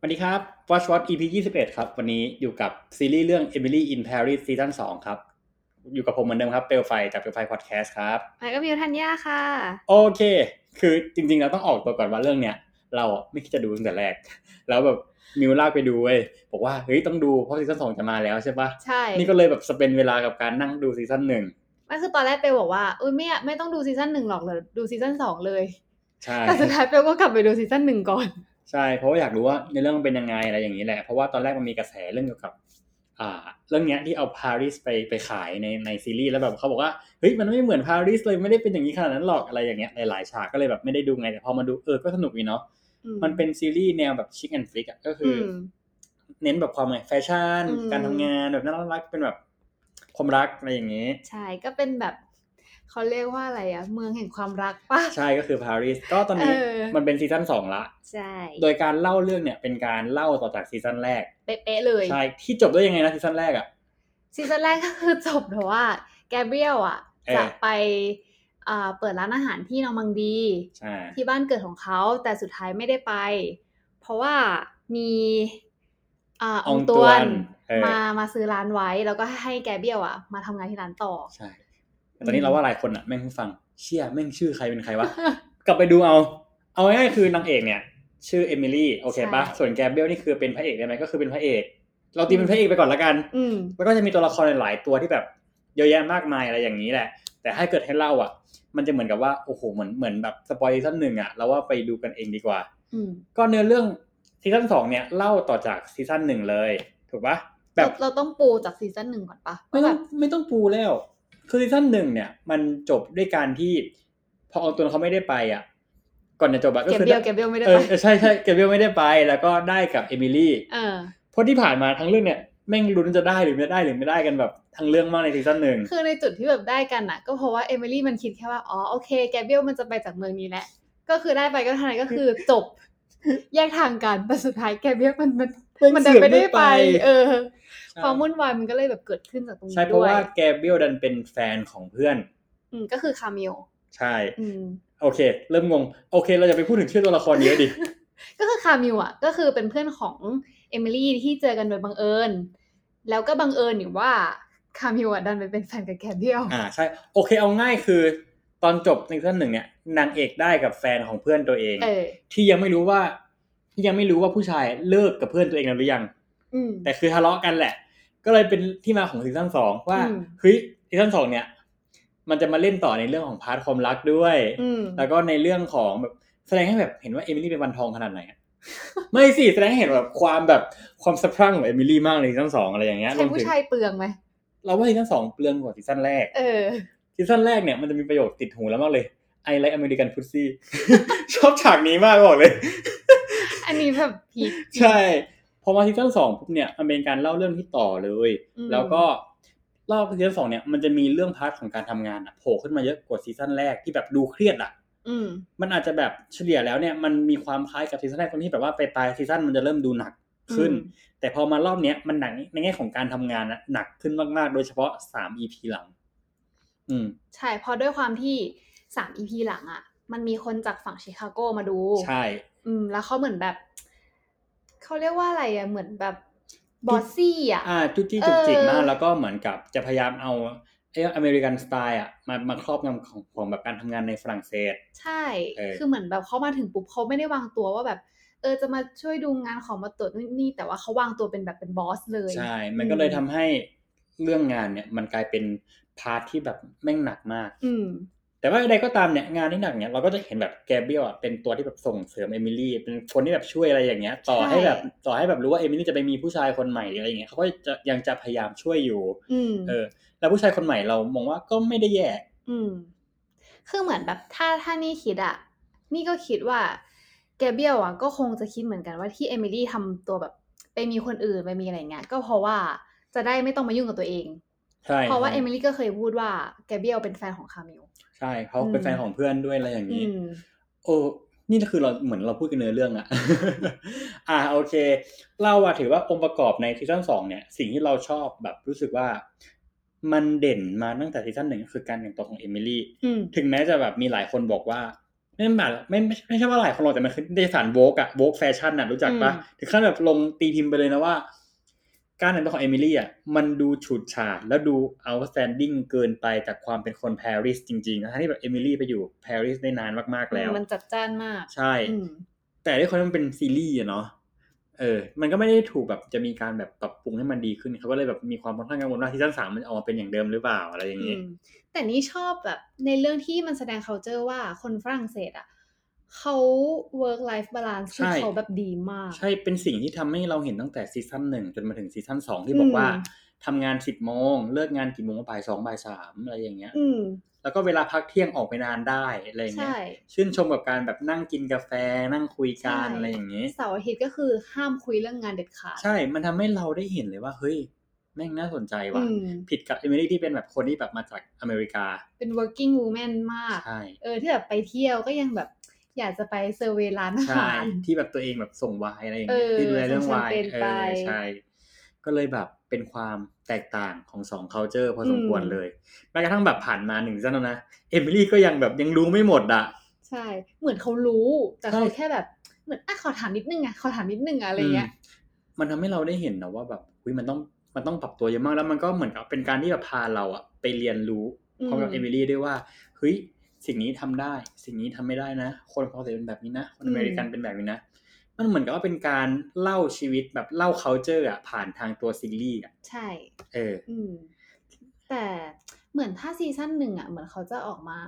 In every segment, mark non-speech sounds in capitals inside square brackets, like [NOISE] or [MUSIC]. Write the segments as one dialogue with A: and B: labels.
A: วันนี้ครับ Watch Watch EP 21 ครับ วันนี้อยู่กับซีรีส์เรื่อง Emily in Paris ซีซั่น2ครับ อยู่กับผมเหมือนเดิมครับ เปลวไฟจากเปลวไฟพอดแคสต์ครับ
B: หมายก็มิวทันยาค่ะ
A: โอเค คือจริงๆเราต้องออกตัวก่อนว่าเรื่องเนี้ย เราอะไม่คิดจะดูตั้งแต่แรก [LAUGHS] แล้วแบบมิวลากไปดูเว้ยบอกว่าเฮ้ยต้องดูเพราะซีซั่นสองจะมาแล้วใช่ปะ
B: ใช่
A: นี่ก็เลยแบบสเปนเวลากับการนั่งดูซีซั่นหนึ่ง
B: ไม่คือตอนแรกเปลบอกว่าอุ้ยไม่อยากไม่ต้องดูซีซั่นหนึ่งหรอกเลยวดูซีซั่นสองเลย
A: ใช่
B: แต่สุดท้ายเปลก็กลับไปดูซีซั่นหนึ่งก่อน
A: ใช่ เพราะว่าอยากรู้ว่าในเรื่องมันเป็นยังไงอะไรอย่างนี้แหละ เพราะว่าตอนแรกมันมีกระแสเรื่องเกี่ยวกับ อ่า เรื่องเนี้ยที่เอาปารีสไปไปขายในในซีรีส์แล้วแบบเขาบอกว่าเฮ้ยมันไม่เหมือนปารีสเลยไม่ได้เป็นอย่างนี้ขนาดนั้นหรอกอะไรอย่างเงี้ยหลายๆฉากก็เลยแบบไม่ได้ดูไงแต่พอมาดูเออก็สนุกดีเนาะมันเป็นซีรีส์แนวแบบชิคแอนด์ฟลิกอะก็คืออ
B: ม
A: เน้นแบบความแฟชั่น
B: อืม
A: การทำงานแบบน่ารักเป็นแบบความรักอะไรอย่างนี้
B: ใช่ก็เป็นแบบเขาเรียกว่าอะไรอะเมืองแห่งความรักปะ
A: ใช่ก็คือปารีสก็ตอนนี้
B: เออ
A: มันเป็นซีซั่นสองละ
B: ใช่
A: โดยการเล่าเรื่องเนี่ยเป็นการเล่าต่อจากซีซั่นแรก
B: เป๊ะๆเลย
A: ใช่ที่จบด้วยยังไงนะซีซั่นแรกอะ
B: ซีซั่นแรกก็คือจบเพราะว่า แกเบรียลอะ
A: เออ
B: จะไปอ่าเปิดร้านอาหารที่นอร์มังดี
A: ใช่
B: ที่บ้านเกิดของเขาแต่สุดท้ายไม่ได้ไป เพราะว่ามีอ่าอองตวน
A: เออ
B: มามาซื้อร้านไว้แล้วก็ให้แกเบี้ยวอ่ะ มาทำงานที่ร้านต่อ
A: ใช่ตอนนี้เราว่าหลายคนอ่ะแม่งเพิ่งฟังเชี่ยแม่งชื่อใครเป็นใครวะ กลับไปดูเอา เอาง่ายๆคือนางเอกเนี่ย ชื่อเอมิลี่โอเคปะ
B: ใช่
A: ส่วนแกเบรียลนี่คือเป็นพระเอกได้ไหมก็คือเป็นพระเอก เราตีเป็นพระเอกไปก่อนละกัน
B: อืม
A: มันก็จะมีตัวละครหลายๆตัวที่แบบเยอะแยะมากมายอะไรอย่างนี้แหละ แต่ถ้าเกิดให้เล่าอ่ะ มันจะเหมือนกับว่าโอ้โหเหมือนเหมือนแบบสปอยซีซั่นหนึ่งอ่ะเราว่าไปดูกันเองดีกว่า
B: อืม
A: ก็เนื้อเรื่องซีซั่นสองเนี่ยเล่าต่อจากซีซั่นหนึ่งเลย ถูกปะแบ
B: เรา
A: บ
B: เราต้องปูจากซีซั่นหนึ่งก่อนปะ
A: ไม่
B: ว่าแบ
A: ต้อง
B: บ
A: ไม่ต้องปูแล้ว คือซีซั่นหนึ่งเนี่ย มันจบด้วยการที่ พออองตวนเขาไม่ได้ไปอ่ะ ก่อนจะจบอะก็
B: เก็บ
A: คือ
B: เบี้ยวเก็บเบี้ยวไม่ได้
A: เอ
B: ไป
A: อใช่ใช่เกบเบลไม่ได้ไป แล้วก็ได้กับเอมิลี่
B: เออ
A: เพราะที่ผ่านมาทั้งเรื่องเนี่ยแม่งลุ้นจะได้หรือไม่ได้หรือไม่ได้กันแบบทั้งเรื่องมากในซีซั่นหนึ่ง
B: คือในจุดที่แบบได้กันอ่ะ ก็เพราะว่าเอมิลี่มันคิดแค่ว่า อ๋อ โอเค แกเบี้ยวมันจะไปจากเมืองนี้แหละ ก็คือได้ไปก็เทานนก็คือจบ แยกทางกันแต่สุดท้ายแกเบี้ยวมันมันมันดันไม่ได้ไป เออ
A: ใช่
B: ความวุ่นวายมันก็เลยแบบเกิดขึ้นจากตรง
A: ใช่
B: นี้
A: เพ
B: ด้
A: ราะ
B: วย
A: ว่าแกเบลดันเป็นแฟนของเพื่อน
B: อืมก็คือคาเมิโอ
A: ใช่
B: อืม
A: โอเค เริ่มงงโอเค เราจะไปพูดถึงชื่อตัวละครเยอะ
B: [LAUGHS]
A: ดิ
B: ก็คือคามิวอ่ะก็คือเป็นเพื่อนของเอมิลี่ที่เจอกันโดยบังเอิญ แล้วก็บังเอิญอยู่ว่าคามิวอ่ะดันไปเป็นแฟนกับแกเบียล
A: อ่าใช่โอเคเอาง่ายคือ ตอนจบในซีซั่นหนึ่งเนี่ยนางเอกได้กับแฟนของเพื่อนตัวเอง
B: เออ
A: ที่ยังไม่รู้ว่าที่ยังไม่รู้ว่าผู้ชายเลิกกับเพื่อนตัวเองแล้วหรือยัง
B: อืม
A: แต่คือทะเลาะกันแหละ ก็เลยเป็นที่มาของซีซั่นสองว่า
B: อืม
A: เฮ้ยซีซั่นสองเนี่ย มันจะมาเล่นต่อในเรื่องของพาร์ทความรักด้วย
B: อืม
A: แล้วก็ในเรื่องของแบบแสดงให้แบบเห็นว่าเอมิลี่เป็นวันทองขนาดไหนอะ [LAUGHS] ไม่สิแสดงให้เห็นแบบความแบบความสะพรั่งของเอมิลี่มากในซีซั่นสองอะไรอย่างเงี้ยร
B: ใช้
A: วม
B: ผู้
A: ถึง
B: ชายเปลืองไหม
A: เราว่าซีซั่นสองเปลืองกว่าซีซั่นแรก
B: เออ
A: ซีซั่นแรกเนี่ยมันจะมีประโยคติดหูแล้วมากเลย I like American Pussy [LAUGHS] ชอบฉากนี้มากบอกเลย
B: อันนี้แบบพีค
A: ใช่พอมาซีซั่นสองปุ๊บเนี่ยมันเป็นการเล่าเรื่องที่ต่อเลย
B: อืม
A: แล้วก็รอบซีซั่นสองเนี่ยมันจะมีเรื่องพาร์ทของการทำงานอะโผล่ขึ้นมาเยอะกว่าซีซั่นแรกที่แบบดูเครียดอะ
B: อืม
A: มันอาจจะแบบเฉลี่ยแล้วเนี่ยมันมีความคล้ายกับซีซั่นแรกตรงที่แบบว่าไปปลายซีซั่นมันจะเริ่มดูหนักขึ้น
B: อืม
A: แต่พอมารอบเนี้ยมันหนักในแง่ของการทำงานอะหนักขึ้นมากๆ โดยเฉพาะสาม EP หลัง อืม
B: ใช่เพอด้วยความที่สามอีพีหลังอ่ะ มันมีคนจากฝั่งชิคาโกมาดู
A: ใช่
B: อืม แล้วเขาเหมือนแบบเขาเรียกว่าอะไรอ่ะเหมือนแบบบอสซี่อ่ะ
A: อ่าจุกจี้จุกจิกมาก
B: เออ
A: แล้วก็เหมือนกับจะพยายามเอาไอ้อเมริกันสไตล์อ่ะมามาครอบงำของของแบบการทำงานในฝรั่งเศส
B: ใช่
A: เออ
B: คือเหมือนแบบเขามาถึงปุ๊บเขาไม่ได้วางตัวว่าแบบ เออจะมาช่วยดูงานของมาตรวจนู่นนี่ แต่ว่าเขาวางตัวเป็นแบบเป็นบอสเลย
A: ใช่ มันก็เลย
B: อืม
A: ทำให้เรื่องงานเนี่ยมันกลายเป็นพาร์ทที่แบบแม่งหนักมาก
B: อืม
A: แต่ว่าใดก็ตามเนี่ยงานที่หนักเนี่ยเราก็จะเห็นแบบแกเบรียลอ่ะเป็นตัวที่แบบส่งเสริมเอมิลี่เป็นคนที่แบบช่วยอะไรอย่างเงี้ย ต่อให้
B: ใช่
A: แบบต่อให้แบบรู้ว่าเอมิลี่จะไปมีผู้ชายคนใหม่หรืออะไรอย่างเงี้ยเขาก็จะยังจะพยายามช่วยอยู่
B: อืม
A: เออ แล้วผู้ชายคนใหม่เรามองว่าก็ไม่ได้แย่
B: อืม คือเหมือนแบบถ้าถ้านี่คิดอะนี่ก็คิดว่าแกเบียลอะก็คงจะคิดเหมือนกันว่าที่เอมิลี่ทำตัวแบบไปมีคนอื่นไปมีอะไรเงี้ยก็เพราะว่าจะได้ไม่ต้องมายุ่งกับตัวเอง
A: ใช่
B: เพราะว่าเอ
A: ใช่
B: มิลี่ก็เคยพูดว่าแกเบียลเป็นแฟนของคามิล
A: ใช่เขาเป็น
B: อืม
A: แฟนของเพื่อนด้วยอะไรอย่าง
B: อื
A: นี้
B: ม
A: โอ้นี่คือเราเหมือนเราพูดกันเนื้อเรื่องอะ [LAUGHS] อ่าโอเค เราอะถือว่าองค์ประกอบในซีซั่นสองเนี่ย สิ่งที่เราชอบแบบรู้สึกว่า มันเด่นมาตั้งแต่ซีซั่นหนึ่งก็คือการแต่งตัวของเอมิลี่
B: อืม
A: ถึงแม้จะแบบมีหลายคนบอกว่า ไม่บาดไม่ไม่ไม่ใช่ว่าหลายคนหรอกแต่มันคือนิตยสารโวกอะโวกแฟชั่นอะรู้จักปะ
B: อืม
A: ถึงขั้นแบบลงตีพิมพ์ไปเลยนะว่า การแต่งตัวของเอมิลี่อะมันดูฉูดฉาดแล้วดู outstanding เกินไปจากความเป็นคนปารีสจริงๆนะที่แบบเอมิลี่ไปอยู่ปารีสได้นานมากๆแล้ว
B: มันจัดจ้านมาก
A: ใช่
B: อืม
A: แต่ด้วยความที่มันเป็นซีรีส์อะเนาะ เออ มันก็ไม่ได้ถูกแบบจะมีการแบบปรับปรุงให้มันดีขึ้นเขาก็เลยแบบมีความค่อนข้างกังวลว่าซีซั่นสามมันจะออกมาเป็นอย่างเดิมหรือเปล่าอะไรอย่างนี้
B: อืมแต่นี่ชอบแบบในเรื่องที่มันแสดง culture ว่าคนฝรั่งเศสอ่ะเขา work life balance คือเขาแบบดีมาก
A: ใช่ เป็นสิ่งที่ทำให้เราเห็นตั้งแต่ซีซั่นหนึ่งจนมาถึงซีซั่นสองที่บอกว่า
B: อืม
A: ทำงานสิบโมง เลิกงานกี่โมงบ่ายสองบ่ายสามอะไรอย่างเงี้ย
B: อืม
A: แล้วก็เวลาพักเที่ยงออกไปนานได้อะไรอย่างเงี้
B: ใช่
A: ย ชื่นชมกับการแบบนั่งกินกาแฟนั่งคุยกัน
B: ใช่
A: อะไรอย่างนี้
B: เสาร์อาทิตย์ก็คือห้ามคุยเรื่องงานเด็ดขาด
A: ใช่ มันทำให้เราได้เห็นเลยว่าเฮ้ยแม่งน่าสนใจว่ะ
B: อืม
A: ผิดกับเอมิลี่ที่เป็นแบบคนที่แบบมาจากอเมริกา
B: เป็น working woman มาก
A: ใช่
B: เออที่แบบไปเที่ยวก็ยังแบบอยากจะไปเซอร์เวย์ร้านอา
A: ใช่
B: หาร
A: ที่แบบตัวเองแบบส่งวายอะไรอย่างเงี้ย
B: เออ
A: ที่ดูแลเรื่องวาย
B: ส่งแชมเปญ
A: เอ
B: ไป
A: อใช่ ก็เลยแบบเป็นความแตกต่างของสอง culture พออ
B: ม
A: สมควรเลยแม้กระทั่งแบบผ่านมาหนึ่งซีซั่นแล้วนะเอมิลี่ก็ยังแบบยังรู้ไม่หมดอะ
B: ใช่ เหมือนเขารู้แต่เขา
A: ใช่
B: แค่แบบเหมือนอ่ะขอถามนิดนึงอ่ะขอถามนิดนึงอะอะไรเงี้ย
A: มมันทำให้เราได้เห็นนะว่าแบบอุ๊ยมันต้องมันต้องปรับตัวเยอะมากแล้วมันก็เหมือนกับเป็นการที่แบบพาเราอะไปเรียนรู้
B: อืม
A: พร้อมกับเอมิลี่ด้วยว่าเฮ้ยสิ่งนี้ทำได้ สิ่งนี้ทำไม่ได้นะ คนฝรั่งเศสเป็นแบบนี้นะคนอเมริกันเป็นแบบนี้นะมันเหมือนกับว่าเป็นการเล่าชีวิตแบบเล่า culture อะผ่านทางตัวซีรีส์อะ
B: ใช่
A: เออ
B: อืมแต่เหมือนถ้าซีซั่นหนึ่งอ่ะ เหมือนเขาจะออกมา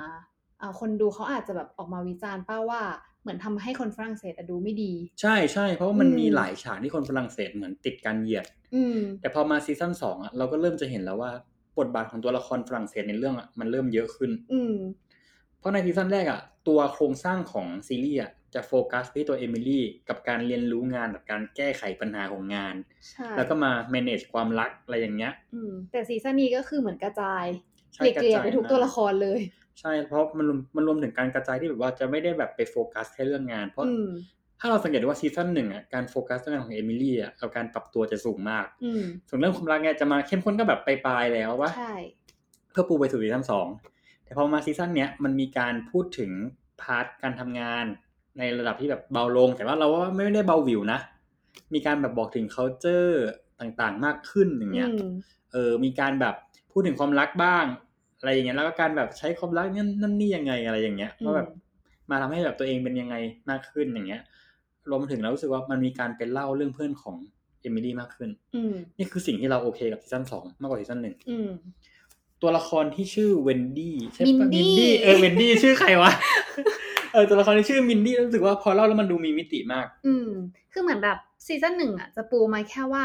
B: อ่าคนดูเขาอาจจะแบบออกมาวิจารณ์ป้าว่าเหมือนทำให้คนฝรั่งเศสอะดูไม่ดี
A: ใช่ใช่เพราะว่ามัน
B: อืม
A: มีหลายฉากที่คนฝรั่งเศสเหมือนติดการเหยียด
B: อืม
A: แต่พอมาซีซั่นสองอะเราก็เริ่มจะเห็นแล้วว่าบทบาทของตัวละครฝรั่งเศสในเรื่องอะมันเริ่มเยอะขึ้น
B: อืม
A: เพราะในซีซั่นแรกอะตัวโครงสร้างของซีรีส์อะจะโฟกัสไปที่ตัวเอมิลี่กับการเรียนรู้งานกับการแก้ไขปัญหาของงาน
B: ใช่
A: แล้วก็มา manage ความรักอะไรอย่างเงี้ย
B: อืม แต่ซีซั่นนี้ก็คือเหมือนกระจาย
A: ใช่
B: เกลี่ยๆไปทุก
A: มา
B: ตัวละครเลย
A: ใช่เพราะมันรวมมันรวมถึงการกระจายที่แบบว่าจะไม่ได้แบบไปโฟกัสแค่เรื่องงาน เพราะ
B: อืม
A: ถ้าเราสังเกตดูว่าซีซั่นหนึ่งอะการโฟกัสเรื่องของเอมิลี่อะกับการปรับตัวจะสูงมาก
B: อืม
A: ส่วนเรื่องความรักเนี่ยจะมาเข้มข้นก็แบบปลายๆแล้วว่า
B: ใช่
A: เพื่อปูไปสู่ซีซั่นสอง แต่พอมาซีซั่นเนี้ยมันมีการพูดถึงพาร์ทการทำงานในระดับที่แบบเบาลง แต่ว่าเราว่าไม่ได้เบาหวิวนะ มีการแบบบอกถึง culture ต่างๆมากขึ้นอย่าง
B: อื
A: เงี้ย
B: ม
A: เออ มีการแบบพูดถึงความรักบ้าง อะไรอย่างเงี้ย แล้วก็การแบบใช้ความรักนั่นนั่นนี่ยังไงอะไรอย่างเงี้ย
B: อืม
A: ว่าแบบมาทำให้แบบตัวเองเป็นยังไงมากขึ้นอย่างเงี้ย รวมถึงเรารู้สึกว่ามันมีการไปเล่าเรื่องเพื่อนของเอมิลี่มากขึ้น
B: อืม
A: นี่คือสิ่งที่เราโอเคกับซีซั่นสองมากกว่าซีซั่นหนึ่ง
B: อืม
A: ตัวละครที่ชื่อเวนดี้ใช่
B: มิน
A: ปะมิ
B: ดี้
A: นดี้เออเวนดี้ชื่อใครวะ เออตัวละครที่ชื่อมินดี้รู้สึกว่าพอเล่าแล้วมันดูมีมิติมาก
B: อืม คือเหมือนแบบซีซั่นหนึ่งอ่ะจะปูมาแค่ว่า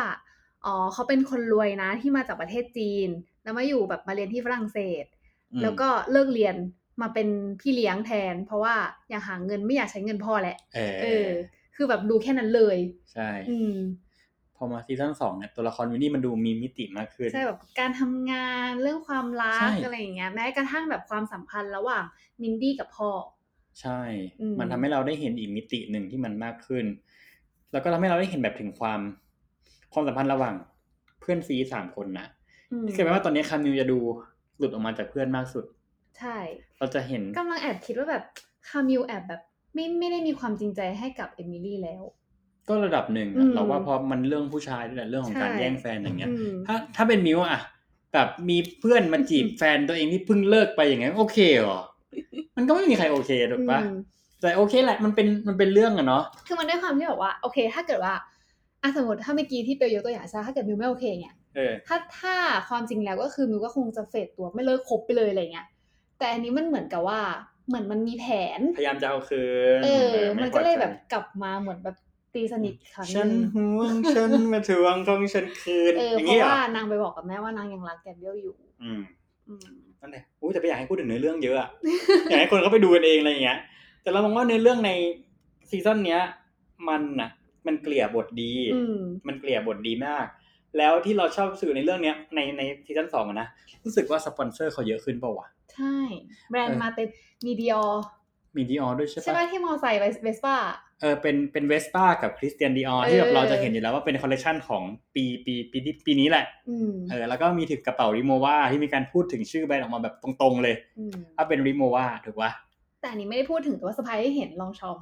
B: อ๋อเขาเป็นคนรวยนะที่มาจากประเทศจีน แล้วมาอยู่แบบมาเรียนที่ฝรั่งเศส
A: อืม
B: แล้วก็เลิกเรียนมาเป็นพี่เลี้ยงแทน เพราะว่าอยากหาเงินไม่อยากใช้เงินพ่อแหละ
A: เอ
B: เอ
A: อ
B: อ คือแบบดูแค่นั้นเลย
A: ใช่
B: อืม
A: พอมาซีซั่นสองเนี่ยตัวละครวินดี้มันดูมีมิติมากขึ้น
B: ใช่แบบการทำงานเรื่องความรัก
A: ใช่
B: อะไรอย่างเงี้ยแม้กระทั่งแบบความสัมพันธ์ระหว่างมินดี้กับพ่อ
A: ใช่
B: อืม
A: มันทำให้เราได้เห็นอีกมิติหนึ่งที่มันมากขึ้น แล้วก็ทำให้เราได้เห็นแบบถึงความ ความสัมพันธ์ระหว่างเพื่อนซีสามคนนะ
B: อืม
A: คือแปลว่าตอนนี้คามิวจะดูหลุดออกมาจากเพื่อนมากสุด
B: ใช่
A: เราจะเห็น
B: กำลังแอบคิดว่าแบบคามิวแอบแบบ ไม่ไม่ได้มีความจริงใจให้กับเอมิลี่แล้ว
A: ก็ระดับหนึ่ง
B: อื
A: อะ
B: ม
A: เราว่าเพอมันเรื่องผู้ชายด้วยแหละเรื่องของการ
B: ใช่
A: แย่งแฟนอย่างเงี้ย
B: อืม
A: ถ้าถ้าเป็นมิวอะแบบมีเพื่อนมาจีบ แฟนตัวเองที่เพิ่งเลิกไปอย่างเงี้ยโอเคเหรอมันก็ไม่มีใครโอเคถูกปะ
B: อืม
A: แต่โอเคแหละมันเป็นมันเป็นเรื่องอะเนาะ
B: คือมันด้วยความที่แบบว่า โอเค ถ้าเกิดว่าอ่ะสมมติถ้าเมื่อกี้ที่เปลยกตัวอย่างใช่ไหมถ้าเกิดมิวไม่โอเคเนี่ย
A: เออ
B: ถ้าถ้าความจริงแล้วก็คือมิวก็คงจะเฟดตัวไม่เลิกคบไปเลยอะไรเงี้ย แต่อันนี้มันเหมือนกับว่าเหมือนมันมีแผน
A: พยายามจะเอาคืน
B: เออ มันก็เลยแบบ
A: ไ
B: กลับมาเหมือนแบบตีสนิทค
A: พอ
B: รั้ง
A: ใจ
B: ห
A: ฉัน
B: นึง
A: ห่วง [LAUGHS] ฉันมาทวงของฉันคืน
B: เออ
A: อ
B: อย่าง เพ
A: งี้
B: ราะ
A: เหรอ
B: ว่านางไปบอกกับแม่ว่านางยังรักแกเบรียลอยู่
A: อืม
B: อืม
A: นั่นแหละอู้แต่ไม่อยากให้พูดถึงเนื้อเรื่องเยอะอะ อยากให้คนเขาไปดูกันเองอะไรอย่างเงี้ย แต่เรามองว่าเนื้อเรื่องในซีซั่นเนี้ย มันนะมันเกลี่ยบทดี
B: อืม
A: มันเกลี่ยบทดีมาก แล้วที่เราชอบสื่อในเรื่องเนี้ยในในซีซั่นสองอะนะ รู้สึกว่าสปอนเซอร์เขาเยอะขึ้นเปล่าวะ
B: ใช่ แบรน
A: เอ
B: ด์
A: อ
B: มาเต็มมีดิออ
A: มีดีออด้วยใช่
B: ใช่
A: ปะ
B: ป่ะที่มอไซค์เวสป้า
A: เออเป็นเป็นเวสป้ากับคริสเตียนดีออ
B: เออ
A: ที่แบบเราจะเห็นอยู่แล้วว่าเป็นคอลเลกชันของปีปีปีที่ปีนี้แหละ
B: อืม
A: เออแล้วก็มีถึงกระเป๋าริโมวาที่มีการพูดถึงชื่อแบรนด์ออกมาแบบตรงๆเลย
B: อืม
A: ว่าเป็นริโมวาถูกปะ
B: แต่อันนี้ไม่ได้พูดถึงแต่ว่าสะพายให้เห็นลองชอม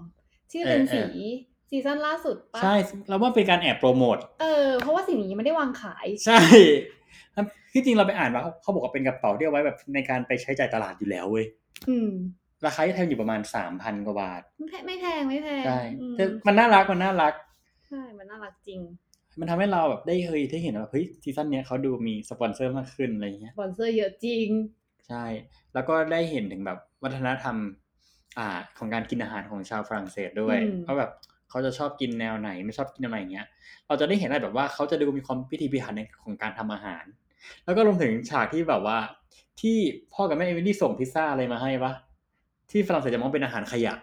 B: ที่เป็น
A: เออเอ
B: สี
A: อ
B: ซีซั่นล่าสุดปะ
A: ใช่เราว่าเป็นการแอบโปรโมท
B: เออ เพราะว่าสีนี้ไม่ได้วางขาย
A: ใช่ที่จริงเราไปอ่านมาเขาเขาบอกว่าเป็นกระเป๋าที่เอาไว้แบบในการไปใช้จ่ายตลาดอยู่แล้วเว้ย
B: อืม
A: ราคาที่แทงอยู่ประมาณสามพันกว่าบาท
B: ไม่แพงไม่แพงไม่แพง
A: ใช่
B: อืม
A: แต่มันน่ารัก มันน่ารัก
B: ใช่มันน่ารักจริง
A: มันทำให้เราแบบได้เคยได้เห็นว่าเฮ้ยซีซั่นเนี้ยเขาดูมีสปอนเซอร์มากขึ้นอะไรอย่างเงี้ย
B: สปอนเซอร์เยอะจริง
A: ใช่ แล้วก็ได้เห็นถึงแบบวัฒนธรรม อ่าของการกินอาหารของชาวฝรั่งเศสด้วย
B: อืม
A: ว่าแบบเขาจะชอบกินแนวไหนไม่ชอบกินแนวไหนอย่างเงี้ย เราจะได้เห็นอะไรแบบว่าเขาจะดูมีความพิถีพิถันในของการทำอาหาร แล้วก็รวมถึงฉากที่แบบว่า ที่พ่อกับแม่เอมิลี่ส่งพิซซ่าอะไรมาให้ปะที่ฝรั่งเศสจะมองเป็นอาหารขยะ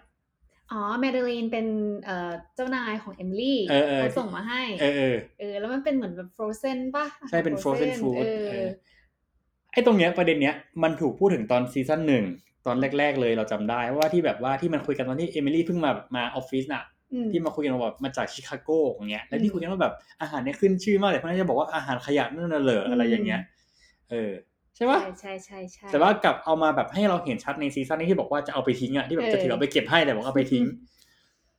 B: อ๋อแมเดลีนเป็นเอ่อเจ้านายของเอมิลี่
A: เออเออ
B: เขาส่งมาให้
A: เออเออ
B: เออแล้วมันเป็นเหมือนแบบฟรอเซนป่ะ
A: ใช่เป็น frozen food
B: เอ
A: เอ
B: อ
A: อไอ้ตรงเนี้ยประเด็นเนี้ยมันถูกพูดถึงตอนซีซั่นหนึ่งตอนแรก ๆ เลยเราจำได้ว่าที่แบบว่าที่มันคุยกันตอนที่เอมิลี่เพิ่งมาแบบมาออฟฟิศน่ะ
B: อืม
A: ที่มาคุยกันว่าแบบมาจากชิคาโกอย่างเงี้ย แล้ว
B: อืม
A: ที่คุยกันว่าแบบอาหารเนี่ยขึ้นชื่อมากเลยเพราะน่าจะบอกว่าอาหารขยะนั่นน่ะเหรออะไร
B: อืม
A: อย่างเงี้ย เออ ใช่ปะ
B: ใช่ใช่ใช่ใช่
A: แต่ว่ากลับเอามาแบบให้เราเห็นชัดในซีซั่นนี้ที่บอกว่าจะเอาไปทิ้งอะที่แบบจะถือ
B: เออ
A: เอาไปเก็บให้แต่บอกเอาไป
B: [LAUGHS]
A: ทิ้ง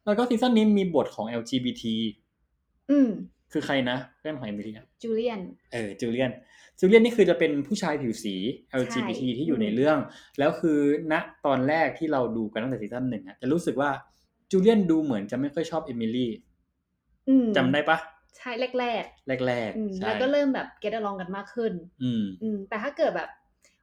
A: แล้วก็ซีซั่นนี้มีบทของ LGBT
B: อืม
A: คือใครนะเพื่อนของเอมิลี่อะ
B: จูเลียน
A: เออจูเลียนจูเลียนนี่คือจะเป็นผู้ชายผิวสี LGBT
B: ใช่
A: ที่อยู่ใน
B: อืม
A: เรื่อง แล้วคือณตอนแรกที่เราดูกันตั้งแต่ซีซั่นหนึ่งอะจะรู้สึกว่าจูเลียนดูเหมือนจะไม่ค่อยชอบเอมิลี่
B: อืม
A: จำได้ปะ
B: ใช่แรก
A: แรก
B: ๆอืม
A: ๆใช่
B: แล้วก็เริ่มแบบเก็ตอลองกันมากขึ้น
A: อืม
B: อืมแต่ถ้าเกิดแบบ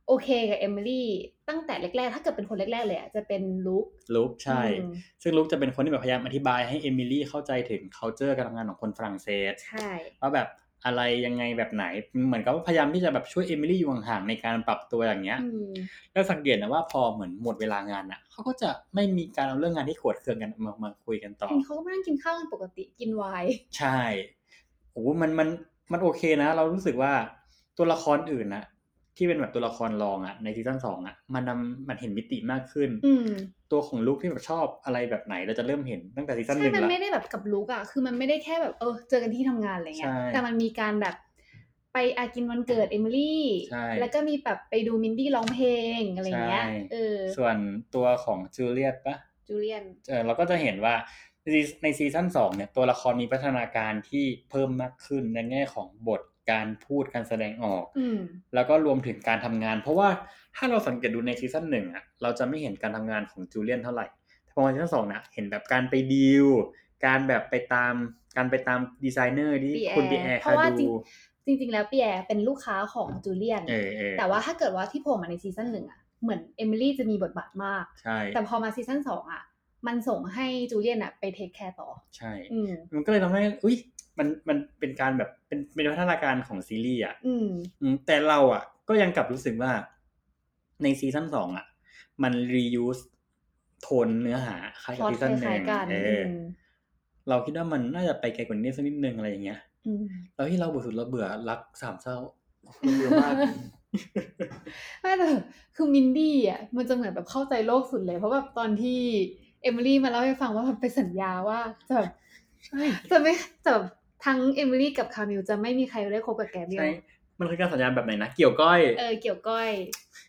B: โอเคกับเอมิลี่ตั้งแต่แรกๆ ถ้าเกิดเป็นคนแรกๆเลยอะจะเป็นลุค
A: ลุกใช่
B: อืม
A: ซึ่งลุกจะเป็นคนที่แบบพยายามอธิบายให้เอมิลี่เข้าใจถึง culture การทำงานของคนฝรั่งเศส
B: ใช่
A: ว่าแบบอะไรยังไงแบบไหน เหมือนกับว่าพยายามที่จะแบบช่วยเอมิลี่อยู่ห่างๆในการปรับตัวอย่างเงี้ย
B: อืม
A: แล้วสังเกตนะว่าพอเหมือนหมดเวลางานอ่ะเขาก็จะไม่มีการเอาเรื่องงานที่ขวดเคืองกันมามาคุยกันต่อ
B: เขาก็มานั่งกินข้าวกันปกติกินไวน์
A: ใช่โอ้โหมันมันมันโอเคนะ เรารู้สึกว่าตัวละครอื่นนะที่เป็นแบบตัวละครรองอะในซีซั่นสองอะมันนำมันเห็นมิติมากขึ้น
B: อืม
A: ตัวของลูกที่แบบชอบอะไรแบบไหนเราจะเริ่มเห็นตั้งแต่ซีซั่นห
B: ใช่
A: นึ่ง
B: มัน
A: ละ
B: ไม่ได้แบบกับลุกอะคือมันไม่ได้แค่แบบเออเจอกันที่ทำงานอะไรเงี้ย
A: ใช่
B: แต่มันมีการแบบไปอากินวันเกิดเอมิลี่
A: ใช่
B: แล้วก็มีแบบไปดูมินดี้ร้องเพลงอะไรเงี้ย
A: ใช่
B: เออ
A: ส่วนตัวของจูเลียตปะ
B: จูเลียน
A: เออเราก็จะเห็นว่าในในซีซั่นสองเนี่ยตัวละครมีพัฒนาการที่เพิ่มมากขึ้นในแง่ของบทการพูดการแสดงออก
B: อืม
A: แล้วก็รวมถึงการทำงาน เพราะว่าถ้าเราสังเกตดูในซีซั่นหนึ่งอะเราจะไม่เห็นการทำงานของจูเลียนเท่าไหร่แต่พอมาซีซั่นสองนะเห็นแบบการไปดีลการแบบไปตามการไปตามดีไซเนอร์ที่
B: Pierre
A: คุณปีแอร์
B: เพ
A: คา
B: ราะว่าจริ
A: ดู
B: ง จริง ๆ แล้วปีแอร์เป็นลูกค้าของจูเลียน
A: เออเออ
B: แต่ว่าถ้าเกิดว่าที่โผล่มาในซีซั่นหนึ่งอะเหมือนเอมิลี่จะมีบทบาทมาก
A: ใช่
B: แต่พอมาซีซั่นสองอะมันส่งให้จูเลียนอะไปเทคแคร์ต่อ
A: ใช่
B: อืม
A: มันก็เลยทำให้อุ้ยมันมันเป็นการแบบเป็นเป็นพัฒนาการของซีรีส์อะ
B: อืม
A: อืมแต่เราอะก็ยังกลับรู้สึกว่าในซีซั่นสองอะมัน reuse โทนเนื้อหาคล้ายกับ
B: plot
A: ซีซั่นห
B: คล้า
A: นึ่
B: ย
A: ง
B: ๆกัน
A: เอออ
B: ม
A: เราคิดว่ามันน่าจะไปไกลกว่านี้สักนิดนึงอะไรอย่างเงี้ย
B: อืม
A: แล้วที่เราเบื่อสุดเราเบื่อรักสามเศ
B: [LAUGHS]
A: ร้าเราเบื่อมาก
B: ไม่แต่คือมินดี้อ่ะมันจะเหมือนแบบเข้าใจโลกสุดเลย เพราะแบบตอนที่เอมิลี่มาเล่าให้ฟังว่าแบบไปสัญญาว่าจะแบบ
A: ใช่
B: จะไม่จะแบบทั้งเอมิลี่กับคามิลจะไม่มีใครได้คบกับแกเบรีย
A: ใช่
B: ล
A: มันคือการสัญญาณแบบไหนนะ เกี่ยวก้อย
B: เออเกี่ยวก้อย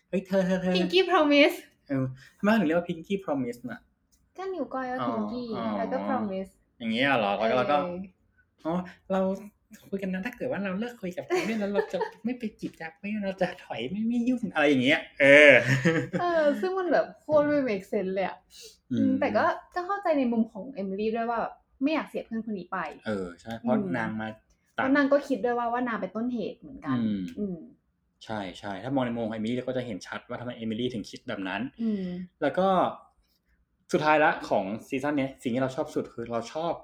A: เฮ้ยเธอเธอเธอ
B: พิงกี้พรอมิส
A: เออทำไมถึงเรียกว่าพิงกี้พรอมิสน่ะ
B: ก็นิวก้อยก็
A: อ๋อ
B: พิงกี้
A: อ๋อ
B: แล้วก็พรอมิส
A: อย่างเงี้ยเหรอแล้วก็แล้วก็
B: เออ
A: อ๋อเราคุยกันนะถ้าเกิดว่าเราเลิกคุยกับเขาเนี่ยแล้วเราจะไม่ไปจีบจักไม่เราจะถอยไม่ไม่ยุ่งอะไรอย่างเงี้ย เออ
B: เออ ซึ่งมันแบบโคตรไม่เมกเซนเลยอ่ะ
A: อืม
B: แต่ก็ก็เข้าใจในมุมของเอมิลี่ด้วยว่าแบบไม่อยากเสียเพื่อนคนนี้ไป
A: เออใช่เพราะนางมา
B: เพราะนางก็คิดด้วยว่าว่านางเป็นต้นเหตุเหมือนกัน
A: อืม
B: อืม
A: ใช่ใช่ถ้ามองในมุมของเอมิลี่เราก็จะเห็นชัดว่าทำไมเอมิลี่ถึงคิดแบบนั้น
B: อืม
A: แล้วก็สุดท้ายละของซีซั่นเนี้ยสิ่งที่เราชอบสุดคือเราชอบ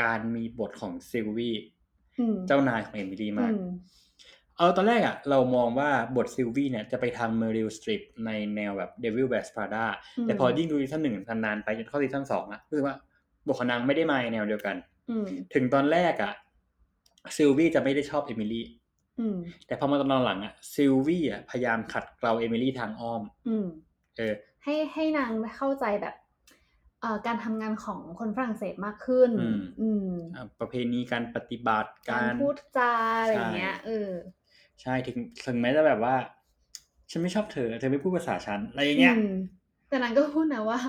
A: การมีบทของซิลวี่
B: อืม
A: เจ้านายของเอมิลี่มาก
B: อืม
A: เอาตอนแรกอะเรามองว่าบทซิลวี่เนี่ยจะไปทางเมริลสตริปในแนวแบบเดวิลแวสพราดาแต่พอยิ่งดูซีซั่นหนึ่งนานๆไปจนเข้าซีซั่นสองอะรู้สึกว่าบทของนางไม่ได้มาในแนวเดียวกัน
B: อืม
A: ถึงตอนแรกอะซิลวี่จะไม่ได้ชอบเอมิลี่
B: อืม
A: แต่พอมาตอนหลังอะซิลวี่อะพยายามขัดเกลาเอมิลี่ทางอ้อม
B: อืม
A: เออ
B: ให้ให้นางเข้าใจแบบเอ่อการทำงานของคนฝรั่งเศสมากขึ้น
A: อืม
B: อืม
A: อ่ะประเพณีการปฏิบัติ
B: กา
A: การ ร
B: พูดจาอะไรอย่างเงี้ย
A: ใช่
B: เออ
A: ใช่ถึงถึงแม้จะแบบว่า ฉันไม่ชอบเธอ เธอไม่พูดภาษาฉันอะไรอย่างเงี้ย
B: อืม แต่นางก็พูดนะว่า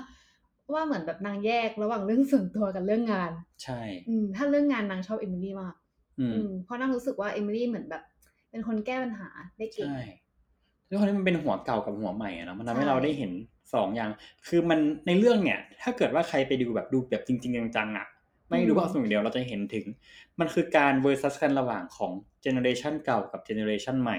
B: ว่าเหมือนแบบนางแยกระหว่างเรื่องส่วนตัวกับเรื่องงาน
A: ใช่
B: อืมถ้าเรื่องงานนางชอบเอมิลี่มาก
A: อืม
B: อืมเพราะนางรู้สึกว่าเอมิลี่เหมือนแบบ เป็นคนแก้ปัญหาได้เก่ง
A: ใช่ด้วยความที่มันเป็นหัวเก่ากับหัวใหม่อะเนาะมันทำให้
B: ใช่
A: เราได้เห็นสองอย่าง คือมันในเรื่องเนี่ย ถ้าเกิดว่าใครไปดูแบบดูแบบจริง ๆ จังๆอะไม่ดูภาพสนุกเดียวเราจะเห็นถึง มันคือการเวอร์ซัสกันระหว่างของเจเนอเรชันเก่ากับเจเนอเรชันใหม่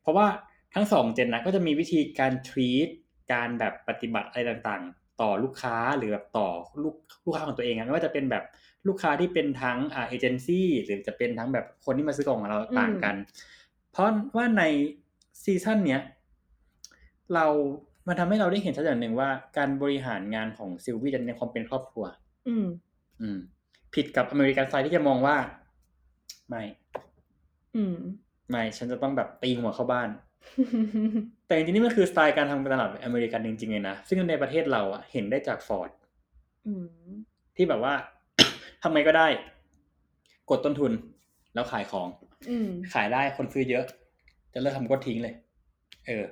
A: เพราะว่าทั้งสองเจนนะก็จะมีวิธีการทรีตการแบบปฏิบัติอะไรต่างๆ ต่อลูกค้าหรือแบบต่อลูกลูกค้าของตัวเองอะไม่ว่าจะเป็นแบบลูกค้าที่เป็นทั้งอ่าเอเจนซี่หรือจะเป็นทั้งแบบคนที่มาซื้อของของเราต่างกัน เพราะว่าในซีซั่นเนี้ยเรามันทำให้เราได้เห็นชัดอย่างหนึ่งว่าการบริหารงานของซิลวี่ในความเป็นครอบครัว
B: อืม
A: อืม ผิดกับอเมริกันไซด์ที่จะมองว่า ไม่
B: อืม [LAUGHS]
A: ไม่ฉันจะต้องแบบตีหัวเข้าบ้าน แต่จริงๆนี่มันคือสไตล์การทำตลาดแบบอเมริกันจริงๆเลยนะ ซึ่งในประเทศเราอะเห็นได้จากฟอร์ด
B: อืม
A: ที่แบบว่า [COUGHS] ทำไงก็ได้ กดต้นทุน แล้วขายของ
B: อืม
A: ขายได้คนซื้อเยอะ จะเลิกทำก็ทิ้งเลย เออ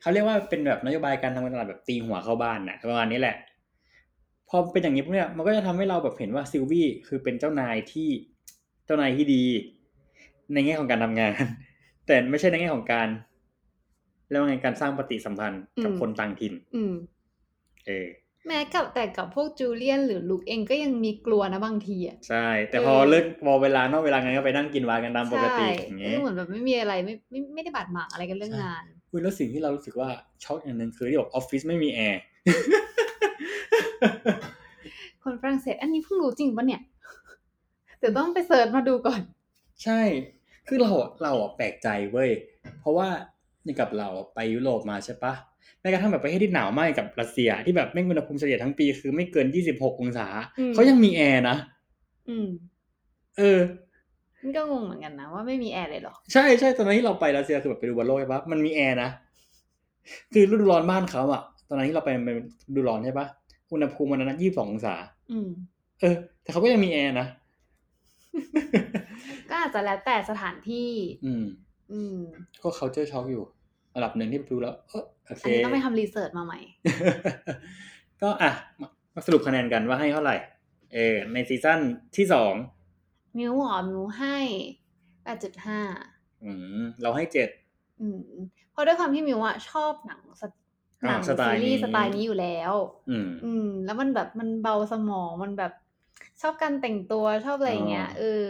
A: เขาเรียกว่าเป็นแบบนโยบายการทำการตลาดแบบตีหัวเข้าบ้านนะประมาณนี้แหละ พอเป็นอย่างนี้ปุ๊บเนี่ยมันก็จะทำให้เราแบบเห็นว่าซิลวี่คือเป็นเจ้านายที่เจ้านายที่ดี ในแง่ของการทำงาน [LAUGHS] แต่ไม่ใช่ในแง่ของการแล้วไงการสร้างปฏิสัมพันธ์กับ
B: อืม
A: คนต่างถิ่น
B: อืม
A: เออ
B: แม้กับแต่กับพวกจูเลียนหรือลูกเองก็ยังมีกลัวนะบางทีอ่ะ
A: ใช่ แต่พอ
B: เออ
A: เลิกพอเวลานอกเวลางานก็ไปนั่งกินวายกันตามปกติอย่างเงี้ย
B: ใช่เหมือนแบบไม่มีอะไรไม่ไม่ไม่ได้บาดหมางอะไรกันเรื่อง
A: ใช่
B: งาน
A: อุ้ยแล้วสิ่งที่เรารู้สึกว่าช็อกอย่างหนึ่งคือที่บอกออฟฟิศไม่มีแอร์
B: คนฝรั่งเศสอันนี้เพิ่งรู้จริงปะเนี่ย เดี๋ยวต้องไปเสิร์ชมาดูก่อน
A: ใช่ คือเราอะเราอะแปลกใจเว้ย เพราะว่าอย่างกับเราอะไปยุโรปมาใช่ปะแม้กระทั่งแบบประเทศที่หนาวมากอย่างกับรัสเซีย ที่แบบแม่งอุณหภูมิเฉลี่ยทั้งปีคือไม่เกิน 26 องศา
B: อืม
A: เขายังมีแอร์นะ
B: อืม
A: เออ
B: นี่ก็งงเหมือนกันนะว่าไม่มีแอร์เลยเหรอ
A: ใช่ใช่ตอนนั้นที่เราไปรัสเซียคือแบบไปดูบอลโลกใช่ปะมันมีแอร์นะ คือฤดูร้อนบ้านเขาอะตอนนั้นที่เราไปมันเป็นฤดูร้อนใช่ปะอุณหภูมิวันนั้นยี่สิบสององศา
B: อืม
A: เออ แต่เขาก็ยังมีแอร์นะ [LAUGHS]
B: ก็อาจจะแล้วแต่สถานที่
A: อืม
B: อืม
A: ก็ culture shock อยู่ระดับหนึ่งที่ดูแล้วเออโอเค
B: อันนี้ต้องไปทำรีเสิร์ชมาใหม่
A: [LAUGHS] ก็อ่ะมามาสรุปคะแนนกันว่าให้เท่าไหร่ เออ ในซีซั่นที่สอง
B: มิวหมอมิวให้แปดจุดห้า
A: อืมเราให้เจ็ด
B: อืม เพราะด้วยความที่มิวอะชอบหนังสไห
A: อ่า
B: นัง
A: สไตล์
B: ซีรี
A: นี้
B: ส์สไตล์นี้อยู่แล้ว
A: อืม
B: อืม แล้วมันแบบมันเบาสมองมันแบบชอบการแต่งตัวชอบอะไรอย่างเงี้ย
A: อ๋อ
B: เออ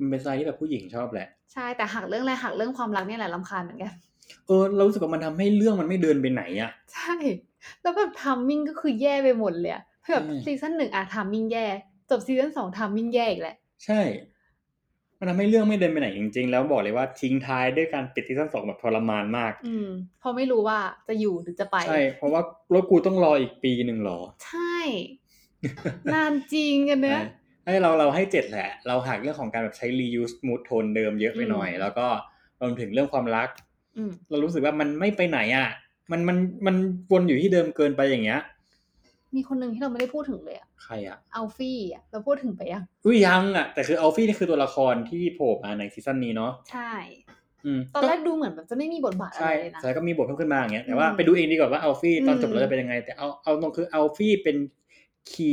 A: มันเป็นสไตล์ที่แบบผู้หญิงชอบแหละ
B: ใช่แต่หักเรื่องอะไรหักเรื่องความรักเนี่ยแหละลำคาญเหมือนกัน [LAUGHS]
A: เออ เรารู้สึกว่ามันทำให้เรื่องมันไม่เดินไปไหนอะ
B: ใช่ แล้วแบบทัมมิ่งก็คือแย่ไปหมดเลยอะแบบ
A: ใช่
B: ซีซั่นหนึ่งอะทัมมิ่งแย่ จบซีซั่นสองทัมมิ่งแย่อีกแหละ
A: ใช่ มันทำให้เรื่องไม่เดินไปไหนจริงๆ แล้วบอกเลยว่าทิ้งท้ายด้วยการปิดซีซั่นสองแบบทรมานมาก
B: อืมเพราะไม่รู้ว่าจะอยู่หรือจะไป
A: ใช่ เพราะว่าแล้วกูต้องรออีกปีหนึ่งเหรอ
B: ใช่ นานจริงกันเนอะ
A: ไอ้ยเราเราให้เจ็ดแหละ เราหักเรื่องของการแบบใช้ reuse mood tone เดิมเยอะไปหน่อย
B: อืม
A: แล้วก็รวมถึงเรื่องความรัก
B: อืม
A: เรารู้สึกว่ามันไม่ไปไหนอ่ะ มันมันมันวนอยู่ที่เดิมเกินไปอย่างเงี้ย
B: มีคนหนึ่งที่เราไม่ได้พูดถึงเลยอะ
A: ใครอ่ะ
B: อัลฟี่อะเราพูดถึงไปยัง
A: อุ้ยยังอ่ะ แต่คืออัลฟี่นี่คือตัวละครที่โผล่มาในซีซั่นนี้เนาะ
B: ใช่
A: อืม
B: ตอนแรกดูเหมือนแบบจะไม่มีบทบาทอะไร
A: ใช่
B: เลยนะ
A: ใช่ก็มีบทเพิ่มขึ้นมาอย่างเงี้ย แต่ว่า
B: อืม
A: ไปดูเองดีกว่าว่าอัลฟี่ตอนจบ
B: อืม
A: เราจะเป็นยังไง แต่เอาเอาตรงคืออัลฟี่เป็นคี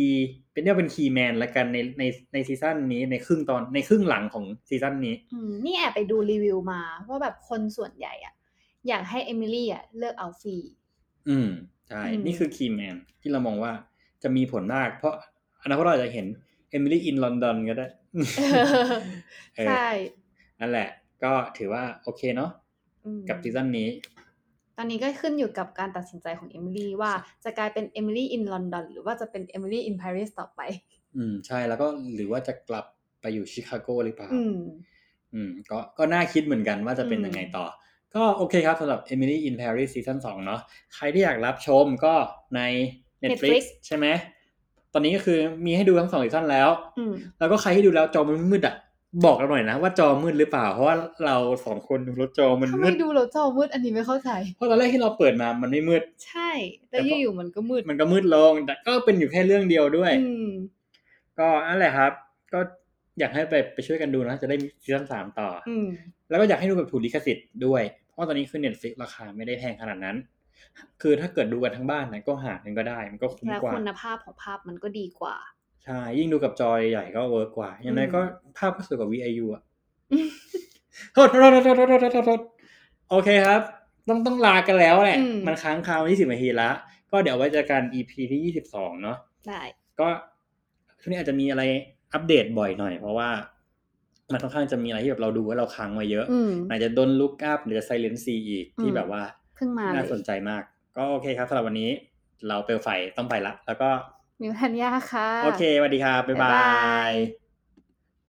A: เป็นเรียกว่าเป็นคีแมนละกันในในในซีซั่นนี้ในครึ่งตอนในครึ่งหลังของซีซั่นนี้
B: อืมนี่แอบไปดูรีวิวมา ว่าแบบคนส่วนใหญ่อะอยากให้เอมิลี่อะเลือกอัลฟี่
A: อืมใช่
B: อืม
A: นี่คือคีแมนที่เรามองว่าจะมีผลมาก เพราะอนาคตเราอาจจะเห็นเอมิลี่อินลอนดอนก็ได้ เออ
B: ใช่
A: นั่นแหละ ก็ถือว่าโอเคเนาะ
B: อืม
A: กับซีซั่นนี้
B: ตอนนี้ก็ขึ้นอยู่กับการตัดสินใจของเอมิลี่ว่าจะกลายเป็นเอมิลี่อินลอนดอนหรือว่าจะเป็นเอมิลี่อินปารีสต่อไป
A: อืมใช่แล้วก็หรือว่าจะกลับไปอยู่ชิคาโกหรือเปล่า
B: อืม
A: อืมก็ก็น่าคิดเหมือนกันว่าจะเป็นยังไงต่อ ก็โอเคครับสำหรับ Emily in Paris ซีซั่น2เนาะใครที่อยากรับชมก็ใน Netflix,
B: Netflix
A: ใช่ไหมตอนนี้ก็คือมีให้ดูทั้งสองซีซั่นแล้ว
B: อืม
A: แล้วก็ใครที่ดูแล้วจอมันมืดๆอ่ะ บอกเราหน่อยนะว่าจอมืดหรือเปล่า เพราะว่าเราสองคนดูแล้วจอมัน
B: ทำไม
A: มืด
B: ดูแล้วจอมืดอันนี้ไม่เข้าใจ
A: เพราะตอนแรกที่เราเปิดมามันไม่มืด
B: ใช่ แล้ว
A: แต่ก็
B: อยู่ๆมันก็มืด
A: มันก็มืดลง แต่ก็เป็นอยู่แค่เรื่องเดียวด้วย
B: อืม
A: ก็นั่นแหละครับ ก็อยากให้ไปไปช่วยกันดูนะ จะได้มีซีซั่นสามต่ออ
B: อืม
A: แล้วก็อยากให้ดูแบบถูกลิขสิทธิ์ด้วย เพราะว่าตอนนี้คือ Netflix ราคาไม่ได้แพงขนาดนั้น คือถ้าเกิดดูกันทั้งบ้านนะก็หากันก็ได้ มันก็คุ้ม
B: แล้ว
A: กว่า
B: คุณภาพของภาพมันก็ดีกว่า
A: ใช่ ยิ่งดูกับจอใหญ่ก็เวิร์กกว่า อย่างไร
B: อืม
A: ก็ภาพก็สวยกว่า VIU อ่ะโทษโทษโทษโทษโทษโทษโทษโทษโอเคครับ ต้องต้องลากันแล้วแหละ
B: อืม
A: มันค้างคาว20นาทีละ ก็เดี๋ยวไว้เจอกัน EP ที่ 22 เนาะ
B: ได้
A: ก็ช่วงนี้อาจจะมีอะไรอัปเดตบ่อยหน่อย เพราะว่ามันค่อนข้างจะมีอะไรที่แบบเราดูว่าเราค้างไว้เยอะ
B: อืม
A: อาจจะโดนลุกอัพหรือไซเลนซีอีกที่
B: อืม
A: แบบว่า
B: เพิ่งมาเล
A: น่าย สนใจมาก ก็โอเคครับสำหรับวันนี้เราเปลวไฟต้องไปละ แล้วก็
B: มิวทันยาค่ะ
A: โอเคสวัสดีครับ บ๊ายบา
B: บ๊ายบาย ย